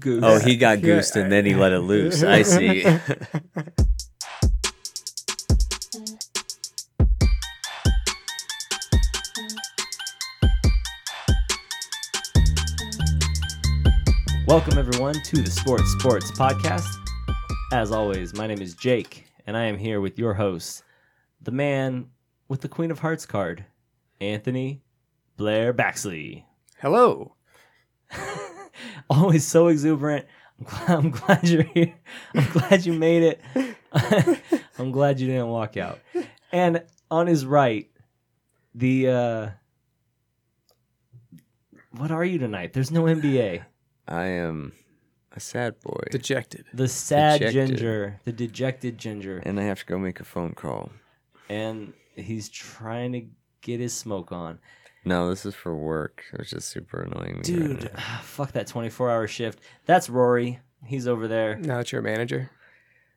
goose. Oh, he got Yeah. goosed and then he let it loose. I see. Welcome, everyone, to the Sports Sports Podcast. As always, my name is Jake, and I am here with your host, the man with the Queen of Hearts card, Anthony Blair Baxley. Hello. Always so exuberant. I'm glad, I'm glad you're here. I'm glad you made it. I'm glad you didn't walk out. And on his right, the. Uh, what are you tonight? There's no NBA. I am a sad boy. Dejected. The sad Dejected. ginger, the dejected ginger, And I have to go make a phone call. and he's trying to get his smoke on. No, this is for work, which is super annoying. me right Dude, now. Ah, fuck that 24 hour shift. That's Rory. He's over there. Now that you're a manager,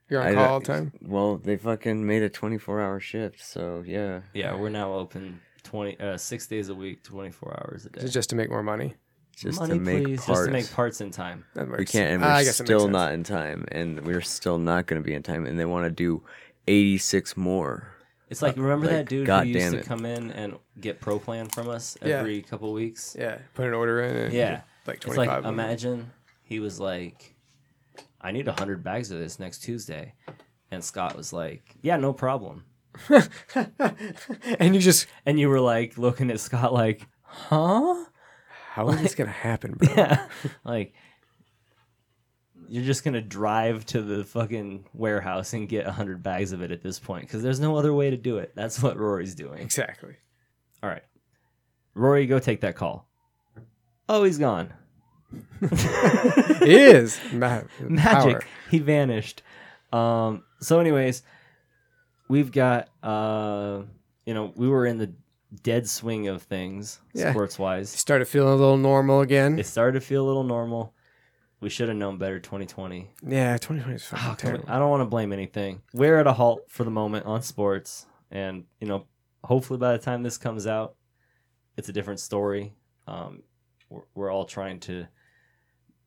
you're on I- call all the time. Well, they fucking made a 24 hour shift, so yeah. Yeah, we're now open 20 uh 6 days a week, 24 hours a day. It's just to make more money. Just Money, to make please, parts. just to make parts in time. That We works. can't, and Ah, I we're guess it makes still sense. not in time, and we're still not going to be in time, and they want to do 86 more. It's like remember Uh, like, that dude God who used damn to it. come in and get pro plan from us Yeah. every couple weeks? Yeah, put an order in. And Yeah. like It's 25. like of them. imagine he was like, "I need hundred bags of this next Tuesday," and Scott was like, "Yeah, no problem." and you just, And you were like looking at Scott like, "Huh?" how is this gonna happen, bro? Yeah, like you're just gonna drive to the fucking warehouse and get hundred bags of it at this point because there's no other way to do it. That's what Rory's doing. Exactly. All right, Rory, go take that call. Oh, he's gone. It is ma- magic. power. He vanished. Um, so, anyways, we've got uh, you know we were in the dead swing of things Yeah. sports wise. Started feeling a little normal again. It started to feel a little normal. We should have known better. 2020. yeah, 2020 is fucking Oh, can we- terrible. I don't want to blame anything. We're at a halt for the moment on sports, and you know, hopefully by the time this comes out, it's a different story. Um, we're, we're all trying to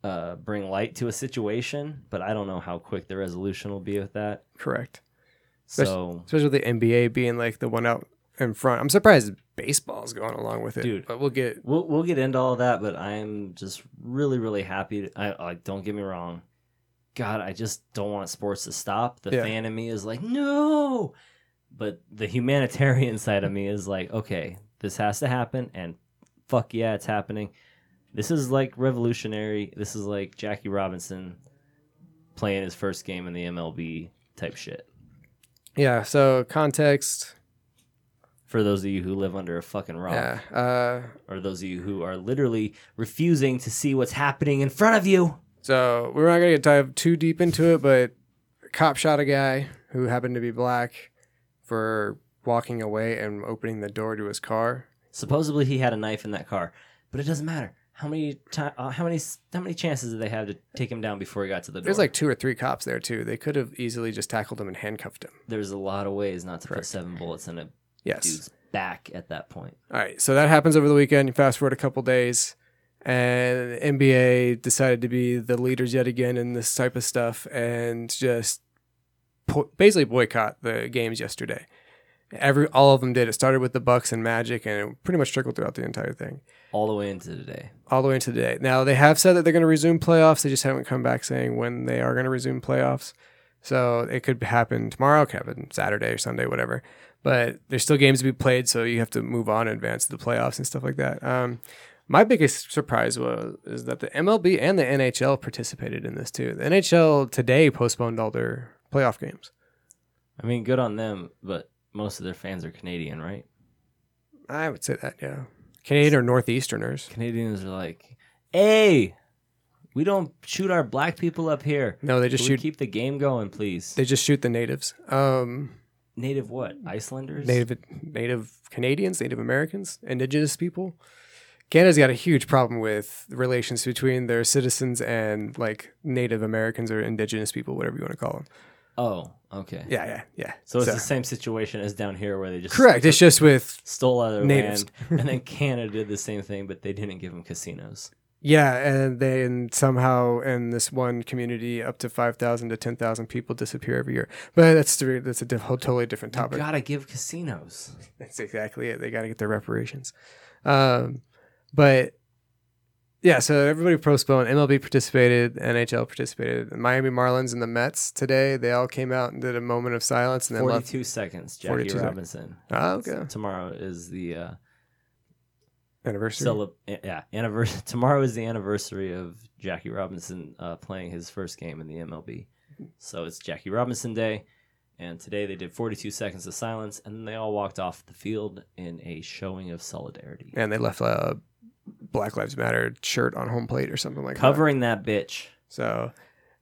uh, bring light to a situation, but I don't know how quick the resolution will be with that. Correct. So, Especially the NBA being like the one out in front. I'm surprised baseball's going along with it. Dude. but we'll get we'll we'll get into all that, but I'm just really really happy. To, I like don't get me wrong. God, I just don't want sports to stop. The Yeah. fan in me is like, no, but the humanitarian side of me is like, okay, this has to happen, and fuck yeah, it's happening. This is like revolutionary. This is like Jackie Robinson playing his first game in the MLB type shit. yeah. So context. For those of you who live under a fucking rock. Yeah. Uh, or those of you who are literally refusing to see what's happening in front of you. so we're not gonna get dive too deep into it, but a cop shot a guy who happened to be black for walking away and opening the door to his car. Supposedly he had a knife in that car, but it doesn't matter. How many ti uh, how many s- how many chances did they have to take him down before he got to the door? There's like two or three cops there too. They could have easily just tackled him and handcuffed him. there's a lot of ways not to put Correct. seven bullets in a Yes. dude's back at that point. All right, so that happens over the weekend. You fast forward a couple days, and NBA decided to be the leaders yet again in this type of stuff, and just po- basically boycott the games yesterday. Every all of them did. It started with the Bucks and Magic, and it pretty much trickled throughout the entire thing, All the way into today. all the way into today. Now they have said that they're going to resume playoffs. They just haven't come back saying when they are going to resume playoffs. So it could happen tomorrow, it could happen Saturday or Sunday, whatever. But there's still games to be played, so you have to move on in advance to the playoffs and stuff like that. Um, my biggest surprise was is that the MLB and the NHL participated in this too. The NHL today postponed all their playoff games. I mean, good on them, but most of their fans are Canadian, right? I would say that, yeah. Canadian or Northeasterners. Canadians are like, "Hey, we don't shoot our black people up here. No, they Just just shoot. keep the game going, please." They just shoot the natives. Um, Native what? Icelanders? Native Native Canadians, Native Americans, Indigenous people. Canada's got a huge problem with the relations between their citizens and like Native Americans or Indigenous people, whatever you want to call them. Oh, okay. Yeah, yeah, yeah. So it's the same situation as down here where they just correct. It's just with stole other Natives. land, and then Canada did the same thing, but they didn't give them casinos. Yeah, and then somehow in this one community, up to five thousand to ten thousand people disappear every year. But that's the- that's a diff- whole- totally different You topic. gotta give casinos. That's exactly it. They got to get their reparations. Um, but yeah, so everybody postponed. MLB participated, NHL participated, Miami Marlins and the Mets today. They all came out and did a moment of silence and then left. Forty-two seconds, Jackie 42 seconds. Robinson. Oh, okay. Tomorrow is the uh, Anniversary. cele- yeah anniversary. Tomorrow is the anniversary of Jackie Robinson uh, playing his first game in the MLB. So it's Jackie Robinson Day, and today they did 42 seconds of silence, and then they all walked off the field in a showing of solidarity, and they left a Black Lives Matter shirt on home plate or something like that. covering that bitch. So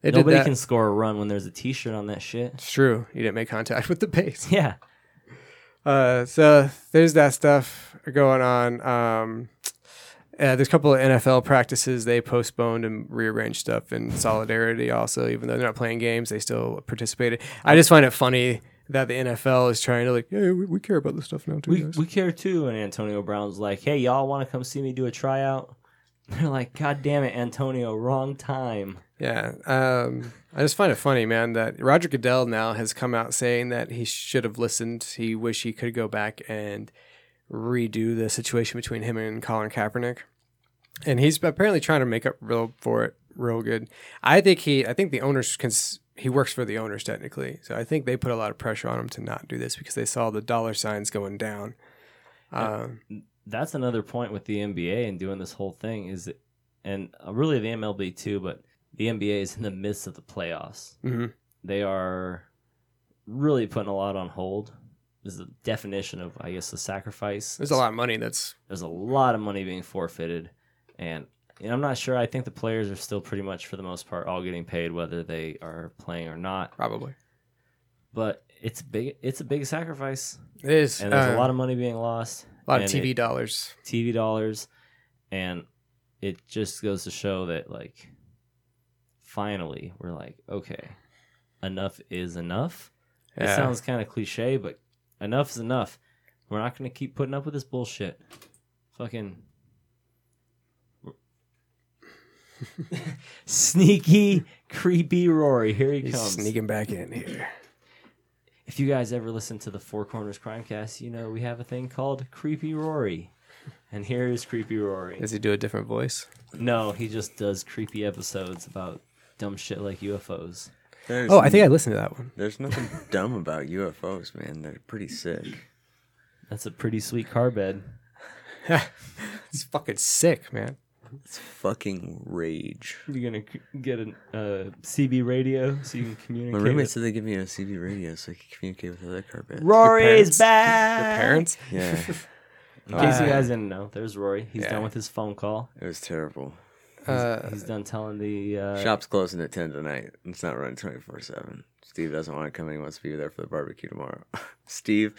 they did Nobody that. can score a run when there's a T-shirt on that shit. It's true. You didn't make contact with the base. Yeah, Uh, so there's that stuff going on. Um, uh, there's a couple of NFL practices they postponed and rearranged stuff in solidarity. Also, even though they're not playing games, they still participated. I just find it funny that the NFL is trying to like, yeah, we, we care about this stuff now too. we, guys." we care too. And Antonio Brown's like, hey, y'all want to come see me do a tryout? They're like, God damn it, Antonio, wrong time. Yeah. Um, I just find it funny, man, that Roger Goodell now has come out saying that he should have listened. He wish he could go back and redo the situation between him and Colin Kaepernick. And he's apparently trying to make up real for it real good. I think he I think the owners can he works for the owners technically. So I think they put a lot of pressure on him to not do this because they saw the dollar signs going down. Um, That's another point with the NBA and doing this whole thing is, and uh, really the MLB too, but the NBA is in the midst of the playoffs. mhm. They are really putting a lot on hold. Is the definition of, I guess, the sacrifice. There's a lot of money that's There's a lot of money being forfeited, and you know, I'm not sure. I think the players are still pretty much, for the most part, all getting paid, whether they are playing or not. probably But it's big. It's a big sacrifice, it is and there's uh, a lot of money being lost, a lot of and TV it- dollars. TV dollars, and it just goes to show that like, finally, we're like, okay, enough is enough. It Yeah. sounds kind of cliche, but enough is enough. We're not gonna keep putting up with this bullshit. Fucking sneaky, creepy Rory. Here he He's comes. sneaking back in here. If you guys ever listen to the Four Corners Crimecast, you know we have a thing called Creepy Rory. And here is Creepy Rory. Does he do a different voice? No, he just does creepy episodes about dumb shit like UFOs. There's, Oh, I think I listened to that one. there's nothing dumb about UFOs, man. They're pretty sick. That's a pretty sweet car bed. It's fucking sick, man. It's fucking rage. You're gonna c- get a uh, CB radio so you can My communicate. roommate with- said they give me a CB radio so I could communicate with other carpet. Rory's parents- back. Your parents? Yeah, In case you Uh, guys didn't know, there's Rory. He's yeah. done with his phone call. it was terrible. Uh, He's done telling the uh, Shop's closing at 10 tonight. It's not running 24 7. Steve doesn't want to come and he wants to be there for the barbecue tomorrow. Steve,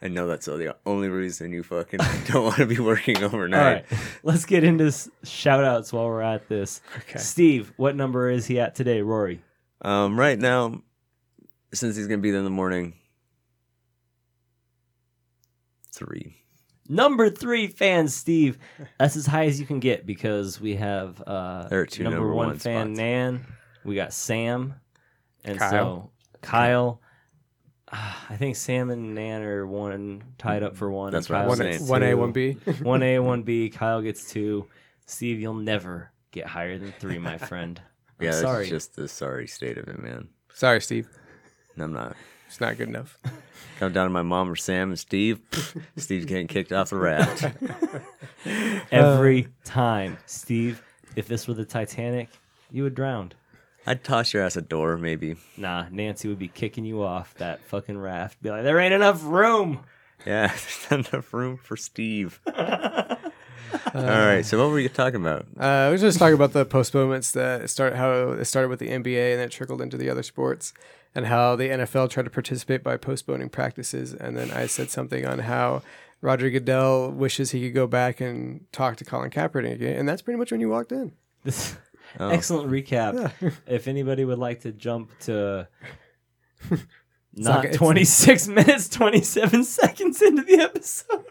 I know that's the only reason you fucking don't want to be working All right, overnight. let's get into s- shout outs while we're at this. okay. Steve, what number is he at today, Rory? Um, right now, since he's going to be there in the morning, three. Number three fan, Steve. That's as high as you can get because we have uh, There are two number, number one, one fan, spots. Nan. We got Sam. And Kyle. so Kyle. ah, I think Sam and Nan are one tied up for one. That's and what I Kyle was Uh, One, saying. gets one A, two. one B. One A, one B. Kyle gets two. Steve, you'll never get higher than three, my friend. I'm yeah, sorry. it's just the sorry state of it, man. Sorry, Steve. And I'm not. It's not good enough. Come down to my mom or Sam and Steve. Steve's getting kicked off the raft. Every time, Steve. If this were the Titanic, you would drown. I'd toss your ass a door, maybe. Nah, Nancy would be kicking you off that fucking raft. Be like, there ain't enough room. Yeah, there's not enough room for Steve. Uh, All right, so what were you talking about? Uh, we was just talking about the postponements that start how it started with the NBA and then it trickled into the other sports, and how the NFL tried to participate by postponing practices. And then I said something on how Roger Goodell wishes he could go back and talk to Colin Kaepernick again, and that's pretty much when you walked in. This excellent recap. If anybody would like to jump to not- not it's- 26 minutes 27 seconds into the episode.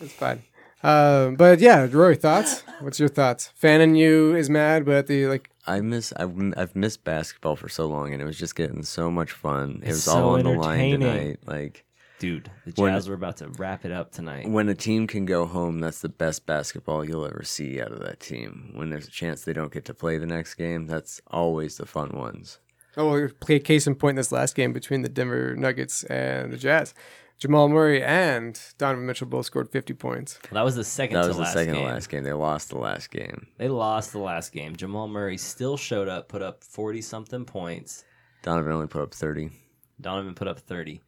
It's fine. Um, but yeah, Roy, thoughts? What's your thoughts? Fanning you is mad, but the like I miss I've, I've missed basketball for so long, and it was just getting so much fun. It It's was all so on the line entertaining. tonight. Like Dude, the When- Jazz were about to wrap it up tonight. when a team can go home, that's the best basketball you'll ever see out of that team. When there's a chance they don't get to play the next game, that's always the fun ones. Oh, well, play case in point this last game between the Denver Nuggets and the Jazz. Jamal Murray and Donovan Mitchell both scored 50 points. Well, that was the second That to was the last second game. to last game. They lost the last game. They lost the last game. Jamal Murray still showed up, put up 40 something points. Donovan only put up thirty. Donovan put up 30.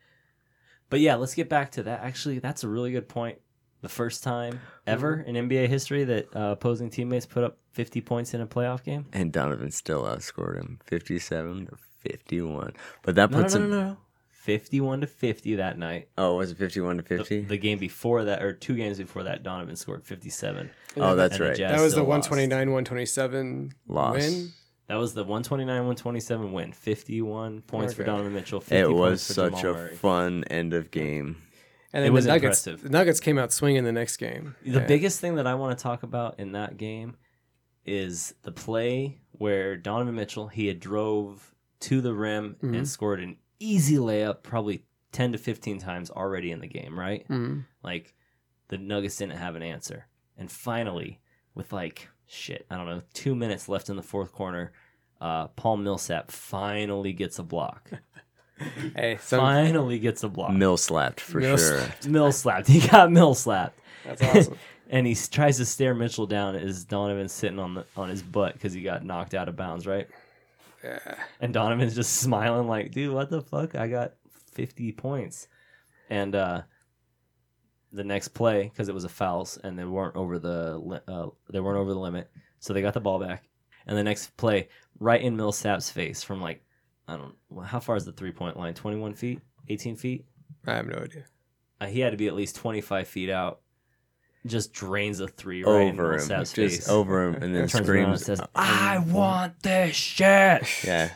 But yeah, let's get back to that. Actually, that's a really good point. The first time ever in NBA history that uh, opposing teammates put up 50 points in a playoff game. And Donovan still outscored him 57 to 51. But that No, no, puts no, no, him. no. 51 to 50 that night. Oh, was it 51 to 50? The, the game before that, or two games before that, Donovan scored 57. oh, that's and the right. Jazz- That was the still lost. 129 127 Loss. win. That was the 129 127 win. 51 points for Okay. Donovan Mitchell. 50 It was points for such Jamal a Murray. fun end of game. And It then was the Nuggets, impressive. the Nuggets came out swinging the next game. The Yeah. biggest thing that I want to talk about in that game is the play where Donovan Mitchell he had drove to the rim Mhm. and scored an easy layup probably 10 to 15 times already in the game, right? Mhm. Like the Nuggets didn't have an answer. And finally, with like shit, I don't know, 2 minutes left in the fourth quarter, uh, Paul Millsap finally gets a block. Hey, some, Finally gets a block. Mill slapped for Mill sure. mill slapped. He got mill slapped. that's awesome. and he s- tries to stare Mitchell down as Donovan's sitting on the on his butt because he got knocked out of bounds, right? Yeah. And Donovan's just smiling like, "Dude, what the fuck? I got 50 points." And uh the next play because it was a fouls and they weren't over the li- uh, they weren't over the limit, so they got the ball back. And the next play, right in Millsap's face from like I don't well, how far is the three point line? 21 feet, 18 feet. I have no idea. Uh, he had to be at least 25 feet out. Just drains a three right in over him. Millsap's Just face. over him and then turns around and screams. says, "I want this shit." Yeah.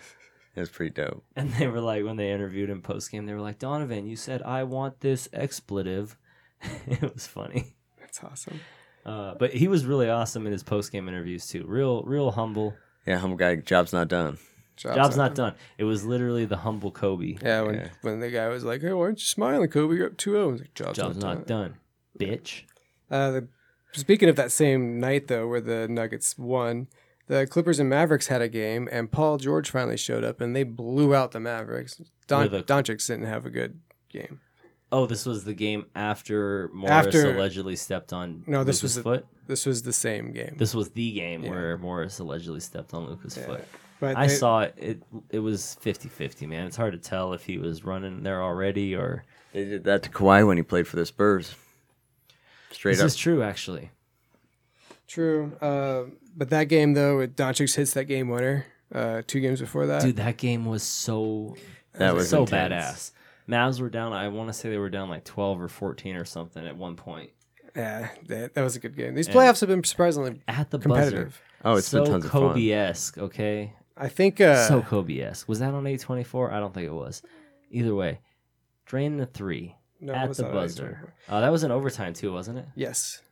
It was pretty dope. And they were like, when they interviewed him post game, they were like, "Donovan, you said I want this expletive." it was funny, That's awesome. uh, but he was really awesome in his post game interviews too. Real, real humble. Yeah, humble guy, job's not done. Job's not done. It was literally the humble Kobe. Yeah, when, Yeah. when the guy was like, hey, why aren't you smiling, Kobe? You're up 2 0. Like, Job's, Job's not, not done. done, bitch. Uh, the, speaking of that same night, though, where the Nuggets won, the Clippers and Mavericks had a game, and Paul George finally showed up, and they blew out the Mavericks. Don, With a- Doncic didn't have a good game. Oh, this was the game after Morris After- allegedly stepped on No, this Luka's was the- foot. This was the same game. This was the game Yeah. where Morris allegedly stepped on Luca's Yeah. foot. but I they- saw it. It it was 50-50, man. It's hard to tell if he was running there already or They did that to Kawhi when he played for the Spurs. Straight this up. is true actually. True. Uh, but that game, though, with Doncic hits that game winner uh, two games before that. Dude, that game was so That was so badass. intense. Mavs were down. I want to say they were down like twelve or fourteen or something at one point. Yeah, that, that was a good game. These playoffs have been surprisingly At the competitive. buzzer, Oh, it's so been tons of fun. Kobe-esque. Okay, I think. Uh, so Kobe-esque. Was that on eight twenty four? I don't think it was. Either way, drain the three no, it at was the not buzzer. 8:24. Uh, that was an overtime too, wasn't it? Yes.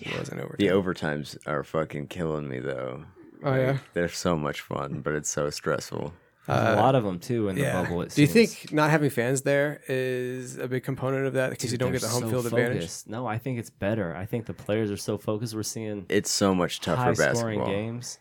It was an overtime. The overtimes are fucking killing me though. Oh, yeah. Like, They're so much fun, but it's so stressful. There's Uh, a lot of them too in the bubble. It Do you seems. think not having fans there is a big component of that because you Dude, don't they're get the home so field advantage? focused. No, I think it's better. I think the players are so focused. We're seeing It's so much tougher high scoring basketball. games.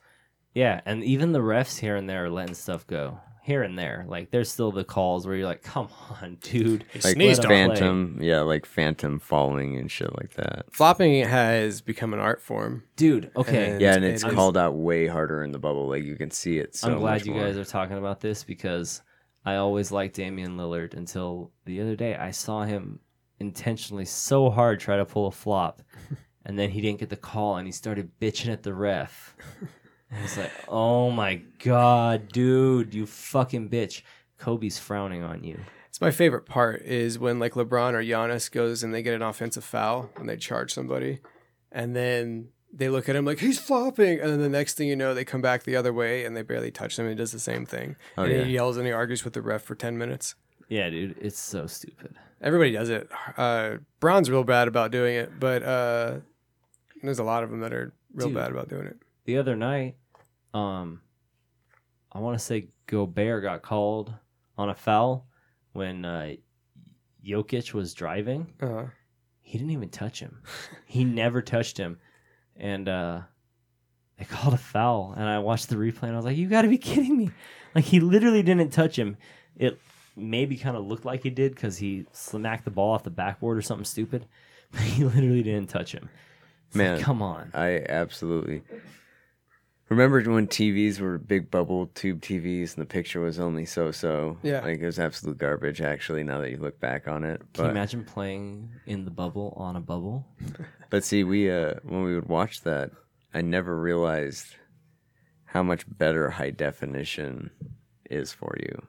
Yeah, and even the refs here and there are letting stuff go. Here and there, like there's still the calls where you're like, "Come on, dude!" Like Sneezed on. phantom, yeah, like phantom falling and shit like that. Flopping has become an art form. dude. Okay, And Yeah, and it it's is- called out way harder in the bubble. Like you can see it. So I'm glad much you more. guys are talking about this because I always liked Damian Lillard until the other day I saw him intentionally so hard try to pull a flop and then he didn't get the call and he started bitching at the ref. And it's like, oh my god, dude, you fucking bitch. Kobe's frowning on you. It's my favorite part is when like LeBron or Giannis goes and they get an offensive foul and they charge somebody, and then they look at him like he's flopping, and then the next thing you know they come back the other way and they barely touch him and he does the same thing. Oh, and yeah. he yells and he argues with the ref for ten minutes. Yeah, dude, it's so stupid. Everybody does it. Uh, Bron's real bad about doing it, but uh, There's a lot of them that are real Dude. bad about doing it. the other night, um, I want to say Gobert got called on a foul when uh, Jokic was driving. Uh-huh. He didn't even touch him. he never touched him, and uh, they called a foul. And I watched the replay, and I was like, "You got to be kidding me!" Like he literally didn't touch him. It maybe kind of looked like he did because he smacked the ball off the backboard or something stupid, but he literally didn't touch him. It's like, Man. come on. I absolutely remember when TVs were big bubble tube TVs and the picture was only so so. Yeah. Like it was absolute garbage actually now that you look back on it. Can you But imagine playing in the bubble on a bubble? but see we uh when we would watch that, I never realized how much better high definition is for you.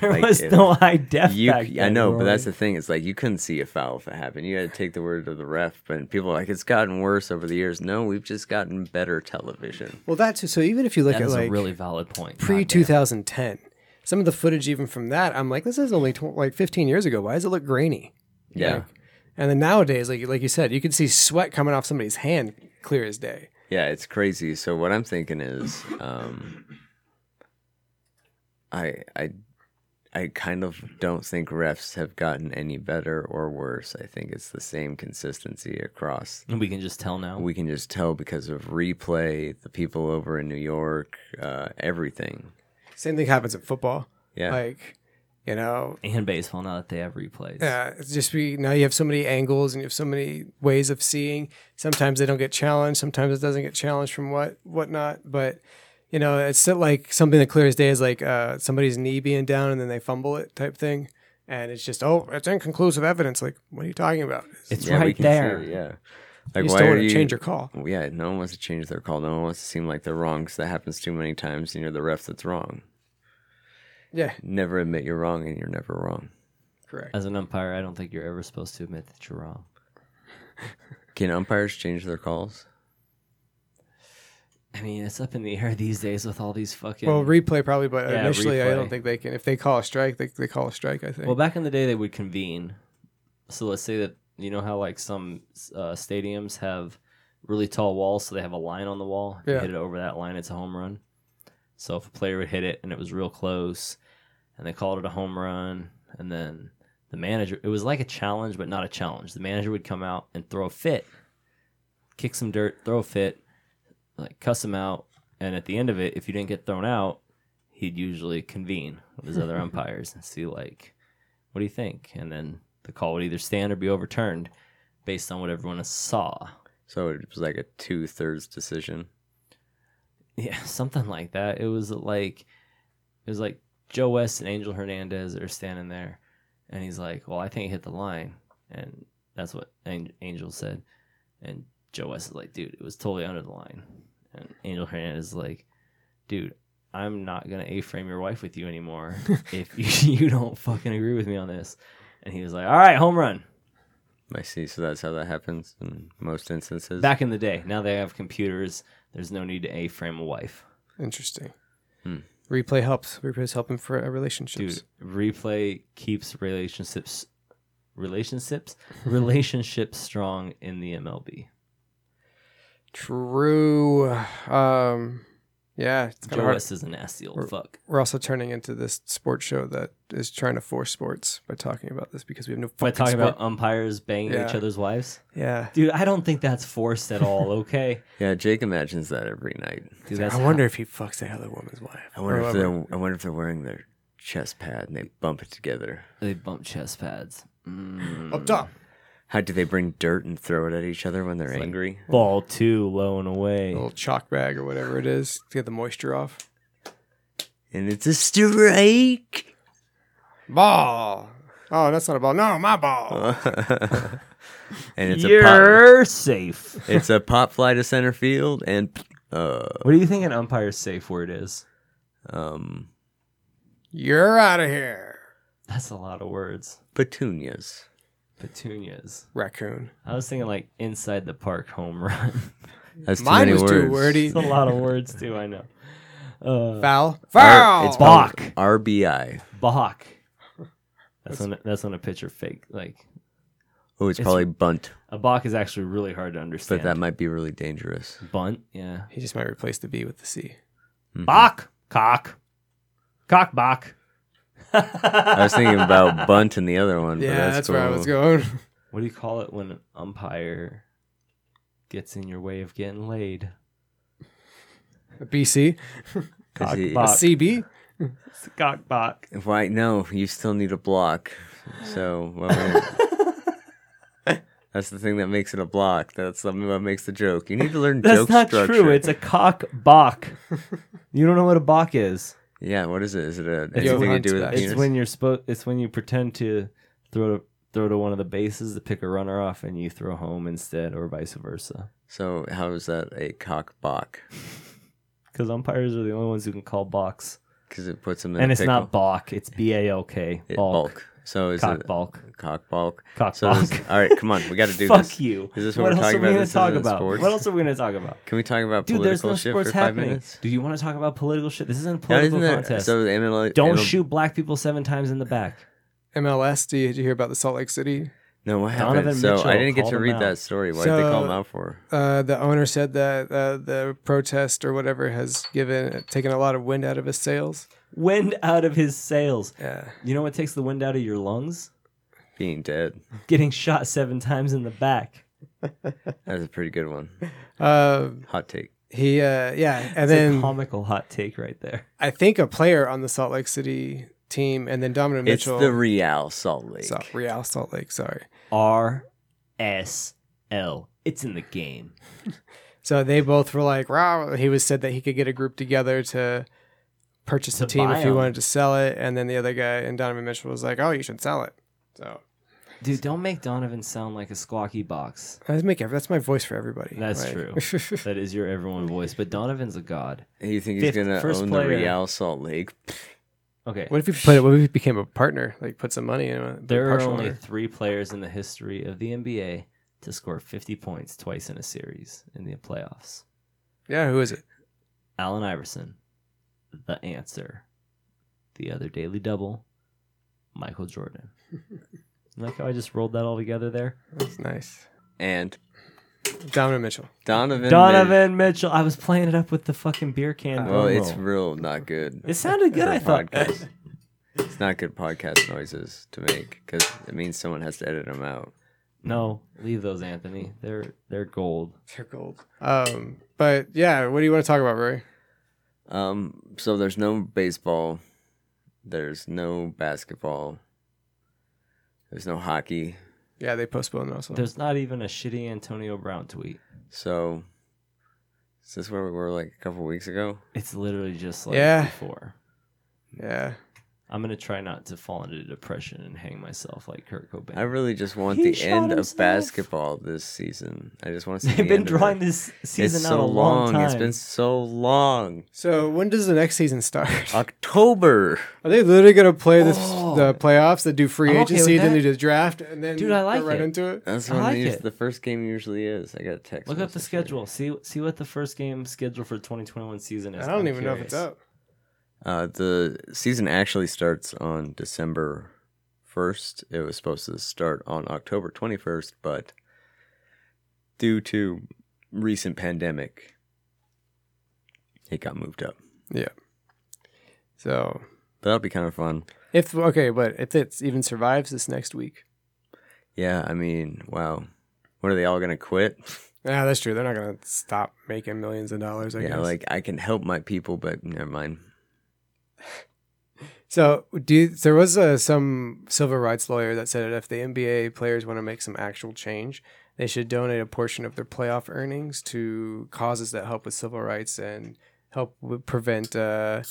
There Like, was it- no high def. You back I then, know, but Rory. that's the thing. It's like you couldn't see a foul if it happened. You had to take the word of the ref, but people are like it's gotten worse over the years. No, we've just gotten better television. Well, that too. So even if you look That at is like a really valid point. pre Goddamn. 2010, some of the footage even from that, I'm like, this is only tw- like 15 years ago. Why does it look grainy? Yeah. And then nowadays, like like you said, you can see sweat coming off somebody's hand clear as day. Yeah, it's crazy. So what I'm thinking is, um, I I I kind of don't think refs have gotten any better or worse. I think it's the same consistency across. And we can just tell now. We can just tell because of replay, the people over in New York, uh, everything. Same thing happens in football. Yeah, Like, you know, and baseball now that they have replays. yeah, uh, it's just we now you have so many angles and you have so many ways of seeing. Sometimes they don't get challenged. Sometimes it doesn't get challenged from what whatnot. But you know, it's still like something that clear as day is like uh, somebody's knee being down and then they fumble it type thing. And it's just oh, it's inconclusive evidence. Like, what are you talking about? It's yeah, we right can see there. it, yeah, like you why still are want to you? change your call. yeah, no one wants to change their call. No one wants to seem like they're wrong because that happens too many times, and you're the ref that's wrong. Yeah, Never admit you're wrong, and you're never wrong. correct. As an umpire, I don't think you're ever supposed to admit that you're wrong. Can umpires change their calls? I mean, it's up in the air these days with all these fucking. Well, replay probably, but Yeah, initially I don't replay. think they can. If they call a strike, they, they call a strike. I think. Well, back in the day, they would convene. So let's say that you know how like some uh, stadiums have really tall walls, so they have a line on the wall. If Yeah. You hit it over that line, it's a home run. So if a player would hit it and it was real close, and they called it a home run, and then the manager, it was like a challenge, but not a challenge. The manager would come out and throw a fit, kick some dirt, throw a fit, like cuss him out, and at the end of it, if you didn't get thrown out, he'd usually convene with his other umpires and see like what do you think? And then the call would either stand or be overturned based on what everyone saw. So it was like a two thirds decision. Yeah, something like that. It was like it was like Joe West and Angel Hernandez are standing there and he's like, Well, I think he hit the line and that's what An- Angel said. And Joe West is like, dude, it was totally under the line. And Angel Hernandez is like, dude, I'm not gonna A frame your wife with you anymore if you, you don't fucking agree with me on this. And he was like, All right, home run. I see. So that's how that happens in most instances. Back in the day, now they have computers. There's no need to a frame a wife, Interesting. Hmm. Replay helps. Replay's helping for uh, relationships. dude. Replay keeps relationships, relationships, relationships strong in the MLB. True. Um, yeah, it's kinda Joe hard. West is a nasty Or- old fuck. We're also turning into this sports show that is trying to force sports by talking about this because we have no fucking By talking sport. about umpires banging each Yeah. other's wives, yeah. dude, I don't think that's forced at all. Okay, yeah, Jake imagines that every night. dude, that's I wonder if he fucks the other woman's wife. I wonder Or if whatever. they're. I wonder if they're wearing their chest pad and they bump it together. they bump chest pads. Mm. up top. How do they bring dirt and throw it at each other when they're like- angry? Ball two, low and A away. little chalk bag or whatever it is to get the moisture off. And it's a strike. Ball. Oh, that's not a ball. No, my ball. Uh. and it's a pop. You're safe. It's a pop fly to center field and uh What do you think an umpire's safe word is? um You're out of here. That's a lot of words. petunias. Petunias. Raccoon. I was thinking like inside the park home run. That's too Mine many was too words. wordy. it's a lot of words too. I know. Uh, Foul. Ar- Foul. it's ball. called Bach. RBI. Bach. That's when that's when a pitcher fake like Oh, it's, It's- probably bunt, A balk is actually really hard to but understand. that might be really dangerous. bunt, yeah. He just might replace the B with the C. Mhm. Bach, cock, cock, bach. I was thinking about bunt and the other one. but yeah, that's, that's, where I cool. was going. What do you call it when an umpire gets in your way of getting laid? A BC, 'Cause Cock, he- a bach. CB. Cock, bach. Why? No, you still need a block. So well, that's the thing that makes it a block. That's something that makes the joke. You need to learn That's joke not structure. true. It's a cock, bach. You don't know what a bach is. yeah. What is it? Is it a It's anything to when- do with a it's penis? It's when you're spo- It's when you pretend to throw to throw to one of the bases to pick a runner off, and you throw home instead, or vice versa. So how is that a cock block? Because umpires are the only ones who can call box, Because it puts them in. and a it's pickle. not balk. It's b a l k. It Balk. bulk. So is Cock it balk. cock bulk? Cock So is- balk. all right, come on, we got to do Fuck this. you. Is this What what we're else talking are we about? gonna This talk isn't about? sports? What else are we gonna talk about? Can we talk about Dude, there's political no shit sports for five happening. minutes? Do you want to talk about political shit? This isn't a Yeah, political isn't there- contest. So the MLA, Don't ML shoot black people seven times in the back. MLS. Do you, did you hear about the Salt Lake City? No, what Donovan happened? so Mitchell I didn't get called to him read out. that story. Why did they call So- him out for? Uh, the owner said that uh, the protest or whatever has given taken a lot of wind out of his sails. Wind out of his sails. Yeah, You know what takes the wind out of your lungs? Being dead. Getting shot seven times in the back. That's a pretty good one. uh, Hot take. he uh, yeah, and It's a then comical hot take right there. I think a player on the Salt Lake City team, and then Dominic Mitchell. It's the Real Salt Lake. Salt, Real Salt Lake. Sorry. R S L. It's in the game. So they both were like, "Wow!" He was said that he could get a group together to purchase To a team buy if he them. wanted to sell it, and then the other guy and Donovan Mitchell was like, "Oh, you should sell it." So Dude, don't make Donovan sound like a squawky box. that's make every- that's my voice for everybody. That's true. That is your everyone voice, but Donovan's a god. And You think he's Fifth- gonna first own player. the Real Salt Lake? Okay. what if he put? What if he became a partner? Like put some money in it. There are only three players in the history of the NBA to score 50 points twice in a series in the playoffs. yeah. Who is it? Allen Iverson, the answer. The other daily double, Michael Jordan. like how I just rolled that all together there? That's nice. And Donovan Mitchell. Donovan. Mitch- Donovan Mitchell. I was playing it up with the fucking beer can. promo. Well, Oh, it's real not good. it sounded good, for I thought. podcast. it's not good podcast noises to make because it means someone has to edit them out. No, leave those, Anthony. They're they're gold. They're gold. Um, but yeah, what do you want to talk about, Rory? Um, so there's no baseball, there's no basketball, there's no hockey. Yeah, they postponed also. There's not even a shitty Antonio Brown tweet. So is this where we were like a couple weeks ago? It's literally just like Yeah. before. yeah, I'm gonna try not to fall into depression and hang myself like Kurt Cobain. I really just want He the shot end of himself. basketball this season. I just want to see. They've the been end of drawing it. this season it's out so a long, time. It's been so long. So when does the next season start? October. Are they literally going to play the, Oh. the playoffs? They do free I'm okay with agency, then that. they do the draft, and then Dude, I like go right it. into it. That's I when like the, us- it. the first game usually is. I got a text. Look up the message here. schedule. See see what the first game schedule for 2021 season is. I don't I'm even know if it's curious. up. Uh, the season actually starts on December 1st. It was supposed to start on October 21st, but due to recent pandemic, it got moved up. So But that'll be kind of fun. if okay, but if it even survives this next week, Yeah, I mean, wow. What are they all going to quit? yeah, that's true. They're not going to stop making millions of dollars. I yeah, guess. like I can help my people, but never mind. So do you, there was uh, some civil rights lawyer that said that if the NBA players want to make some actual change, they should donate a portion of their playoff earnings to causes that help with civil rights and help w- prevent uh,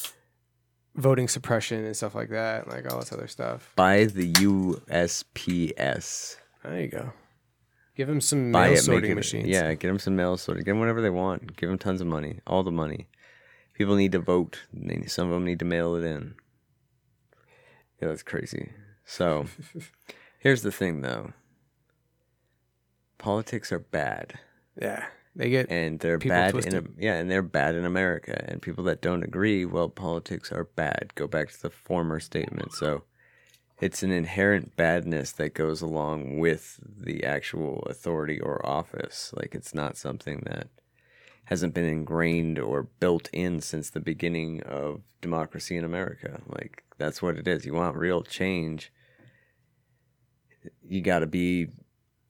voting suppression and stuff like that, like all this other stuff. Buy the USPS. There you go. Give them some Buy mail it, make sorting it. machines. Yeah, get them some mail sorting. Get them whatever they want. Give them tons of money, all the money. People need to vote. They- Some of them need to mail it in. Yeah, that's crazy. So, here's the thing, though. Politics are bad, yeah. They get and they're People bad twisted. in yeah, and they're bad in America. And people that don't agree, well, politics are bad. Go back to the former statement. So, it's an inherent badness that goes along with the actual authority or office. Like it's not something that hasn't been ingrained or built in since the beginning of democracy in America. Like that's what it is. You want real change. You got to be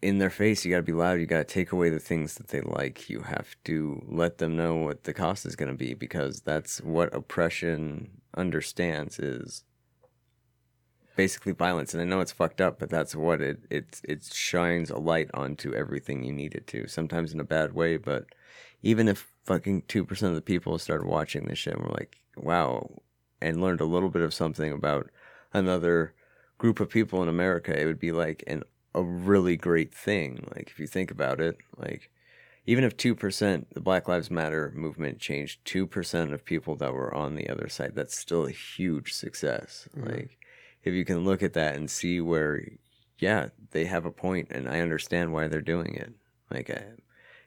in their face. You got to be loud. You got to take away the things that they like. You have to let them know what the cost is going to be because that's what oppression understands is basically violence. And I know it's fucked up, but that's what it it it shines a light onto everything you need it to. Sometimes in a bad way, but even if fucking two percent of the people started watching this shit and were like, "Wow," and learned a little bit of something about another group of people in America, it would be like an a really great thing. Like if you think about it, like even if 2% the black lives matter movement changed 2% of people that were on the other side that's still a huge success Mhm. like if you can look at that and see where yeah they have a point and i understand why they're doing it like I,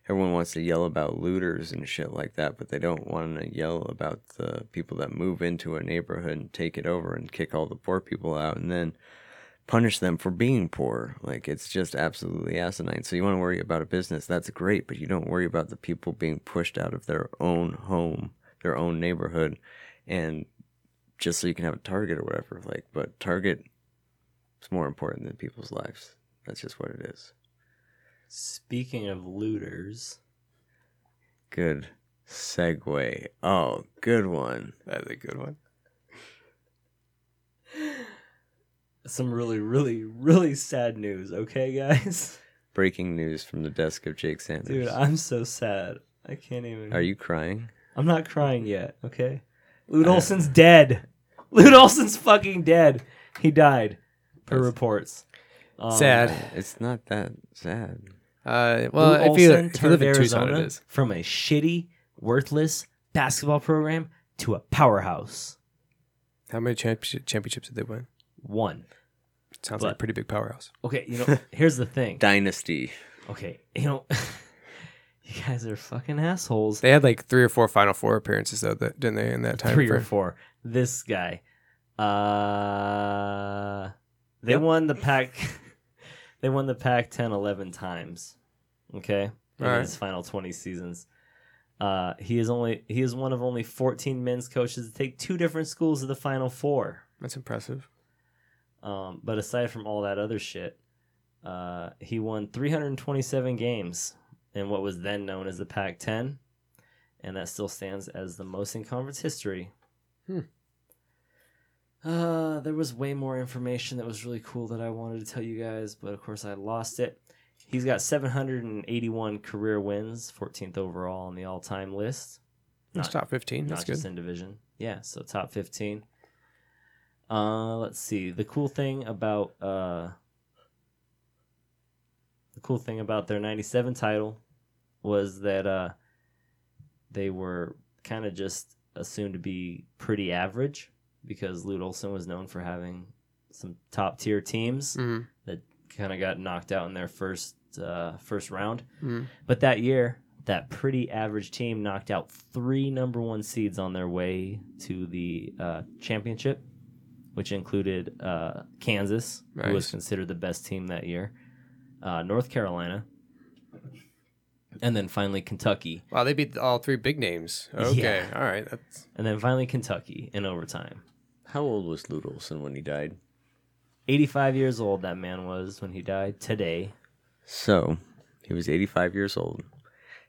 everyone wants to yell about looters and shit like that but they don't want to yell about the people that move into a neighborhood and take it over and kick all the poor people out and then punish them for being poor. Like it's just absolutely asinine. So you want to worry about a business, that's great, but you don't worry about the people being pushed out of their own home, their own neighborhood, and just so you can have a target or whatever. Like, but target is more important than people's lives. That's just what it is. Speaking of looters, Good segue. Oh, good one. That's a good one. some really, really, really sad news. Okay, guys. Breaking news from the desk of Jake Sanders. Dude, I'm so sad. I can't even. Are you crying? I'm not crying yet. Okay. Lute I- Olson's dead. Lute Olson's fucking dead. He died, per That's- reports. Um, Sad. It's not that sad. Uh, Lou well, if you, Olson if you turned live in Tucson, Arizona it is. from a shitty, worthless basketball program to a powerhouse. How many championship, championships did they win? One. Sounds like But- a pretty big powerhouse. Okay, you know, here's the thing. Dynasty. Okay, you know, you guys are fucking assholes. They had like three or four Final Four appearances though, that, didn't they? In that time Three or frame? four. This guy. Uh, they Yep. won the pack. they won the pack 10, 11 times. Okay, in All right. his final twenty seasons. Uh, he is only he is one of only fourteen men's coaches to take two different schools to the final four. That's impressive. Um, but aside from all that other shit, uh, he won 327 games in what was then known as the Pac 10, and that still stands as the most in conference history. Hmm. Uh, there was way more information that was really cool that I wanted to tell you guys, but of course I lost it. He's got 781 career wins, 14th overall on the all time list That's Not- top fifteen. That's not just good. in division. Yeah, so top 15. Uh, let's see. The cool thing about uh, the cool thing about their 97 title was that uh, they were kind of just assumed to be pretty average because Lute Olson was known for having some top tier teams Mhm. that kind of got knocked out in their first uh, first round. Mhm. But that year, that pretty average team knocked out three number one seeds on their way to the uh, championship, which included uh, Kansas, who was Nice. considered the best team that year, uh, North Carolina, and then finally Kentucky. Wow, they beat all three big names. Okay, all right. That's And then finally Kentucky in overtime. How old was Lute Olson when he died? 85 years old that man was when he died today. So, he was 85 years old.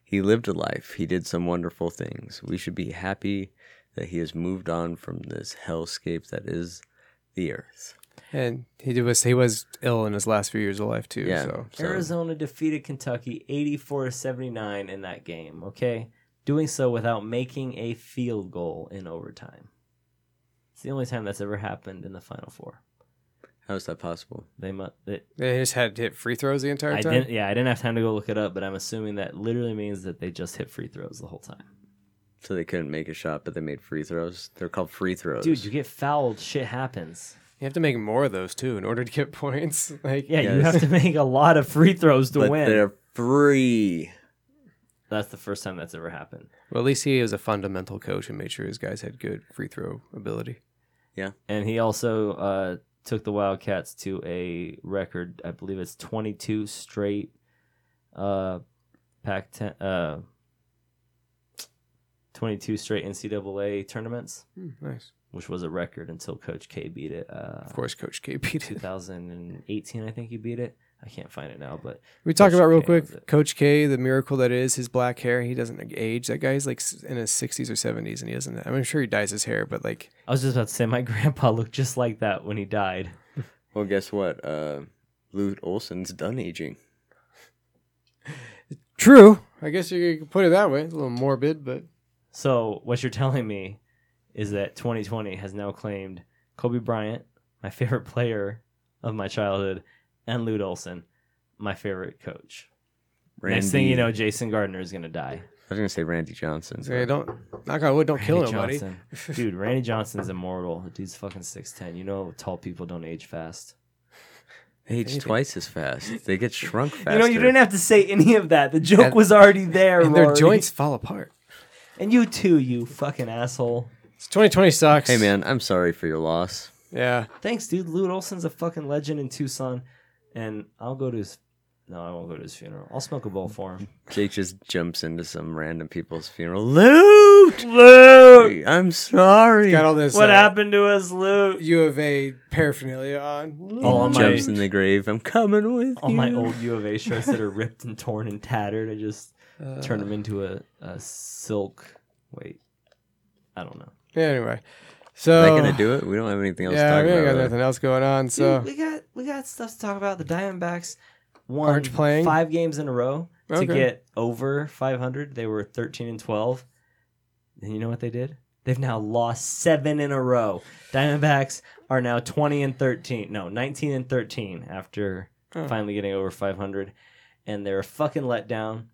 He lived a life. He did some wonderful things. We should be happy that he has moved on from this hellscape that is the earth. and he did was he was ill in his last few years of life too. Yeah. So So, Arizona defeated Kentucky 84 to 79 in that game, okay? Doing so without making a field goal in overtime. It's the only time that's ever happened in the Final Four. how is that possible? They must. They, they just had to hit free throws the entire I time. didn't. Yeah, I didn't have time to go look it up, but I'm assuming that literally means that they just hit free throws the whole time. So, they couldn't make a shot, but they made free throws? They're called free throws. Dude, you get fouled, shit happens. You have to make more of those too in order to get points. Like Yeah, you Yes. have to make a lot of free throws to but win. they're free. That's the first time that's ever happened. Well, at least he was a fundamental coach and made sure his guys had good free throw ability. and he also uh, took the Wildcats to a record, I believe it's 22 straight uh, Pac 10, uh, 22 straight NCAA tournaments, Hmm, nice. which was a record until Coach K beat it. Uh, Of course, Coach K beat it. 2018, I think he beat it. I can't find it now, but We talk Coach about real K was quick it. Coach K, the miracle that is his black hair. He doesn't age. That guy's like s- in his 60s or 70s, and he doesn't. I'm sure he dyes his hair, but like I was just about to say my grandpa looked just like that when he died. Well, guess what? Uh, Lute Olson's done aging. True. I guess you could put it that way. It's a little morbid, but So what you're telling me is that 2020 has now claimed Kobe Bryant, my favorite player of my childhood, and Lute Olson, my favorite coach. Next thing you know, Randy- Jason Gardner is gonna die. I was gonna say Randy Johnson. Say, don't knock on wood, don't kill Randy nobody. Johnson. Dude, Randy Johnson's immortal. The Dude's fucking six ten. You know tall people don't age fast. Age Anything. twice as fast. They get shrunk faster. You know, you didn't have to say any of that. The joke And- was already there. And their Rory. joints fall apart. And you too, you fucking asshole. It's 2020 sucks. Hey man, I'm sorry for your loss. Yeah. Thanks, dude. Lute Olson's a fucking legend in Tucson, and I'll go to his. No, I won't go to his funeral. I'll smoke a bowl for him. Jake just jumps into some random people's funeral. Loot, loot. I'm sorry. Got all this. What uh, happened to us, Lute? U of A paraphernalia on. All on my Jumps in the grave. I'm coming with all you. my old U of A shirts that are ripped and torn and tattered. I just Uh, turn them into a, a silk. Wait, I don't know. Yeah, anyway. Is So. that gonna do it? We don't have anything else yeah, to we talk ain't got about. nothing else going on. So. Dude, we got we got stuff to talk about. The Diamondbacks won Aren't playing? five games in a row Okay. to get over 500. They were 13 and 12. And you know what they did? They've now lost seven in a row. Diamondbacks are now 20 and 13. No, 19 and 13 after Oh. finally getting over 500. And they're a fucking letdown.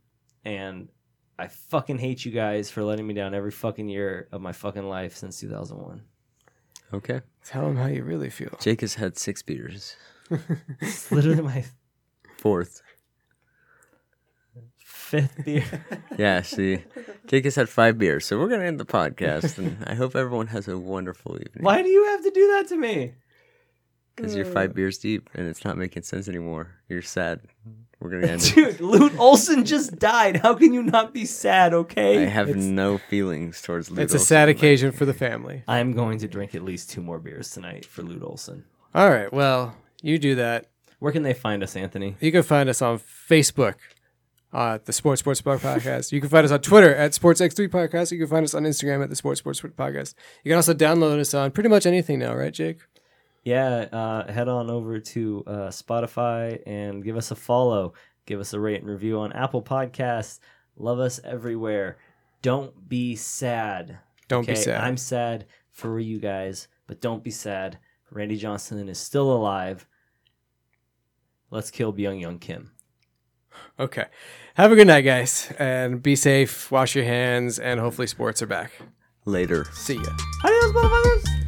And I fucking hate you guys for letting me down every fucking year of my fucking life since 2001. Okay. Tell them how you really feel. Jake has had six beaters. It's literally my Fourth. fifth beer. Yeah, see, Jake has had five beers, so we're gonna end the podcast. And I hope everyone has a wonderful evening. Why do you have to do that to me? Because you're five beers deep, and it's not making sense anymore. You're sad. We're gonna end it. Dude, Lute Olson just died. How can you not be sad, I okay? have it's- no feelings towards. Lute It's a sad Olson. occasion for the family. I'm going to drink at least two more beers tonight for Lute Olson. All right. Well, you do that. Where can they find us, Anthony? You can find us on Facebook, uh, the Sports Sports Blog Podcast. You can find us on Twitter at SportsX3 Podcast. You can find us on Instagram at the Sports Sports Sports Podcast. You can also download us on pretty much anything now, right, Jake? Yeah, uh, head on over to uh, Spotify and give us a follow. Give us a rate and review on Apple Podcasts. Love us everywhere. Don't be sad. Don't be okay? sad. I'm sad for you guys, but don't be sad. Randy Johnson is still alive. Let's kill Byung Young Kim. okay. Have a good night, guys, and be safe. Wash your hands, and hopefully sports are back. Later. See ya. Adios, motherfuckers!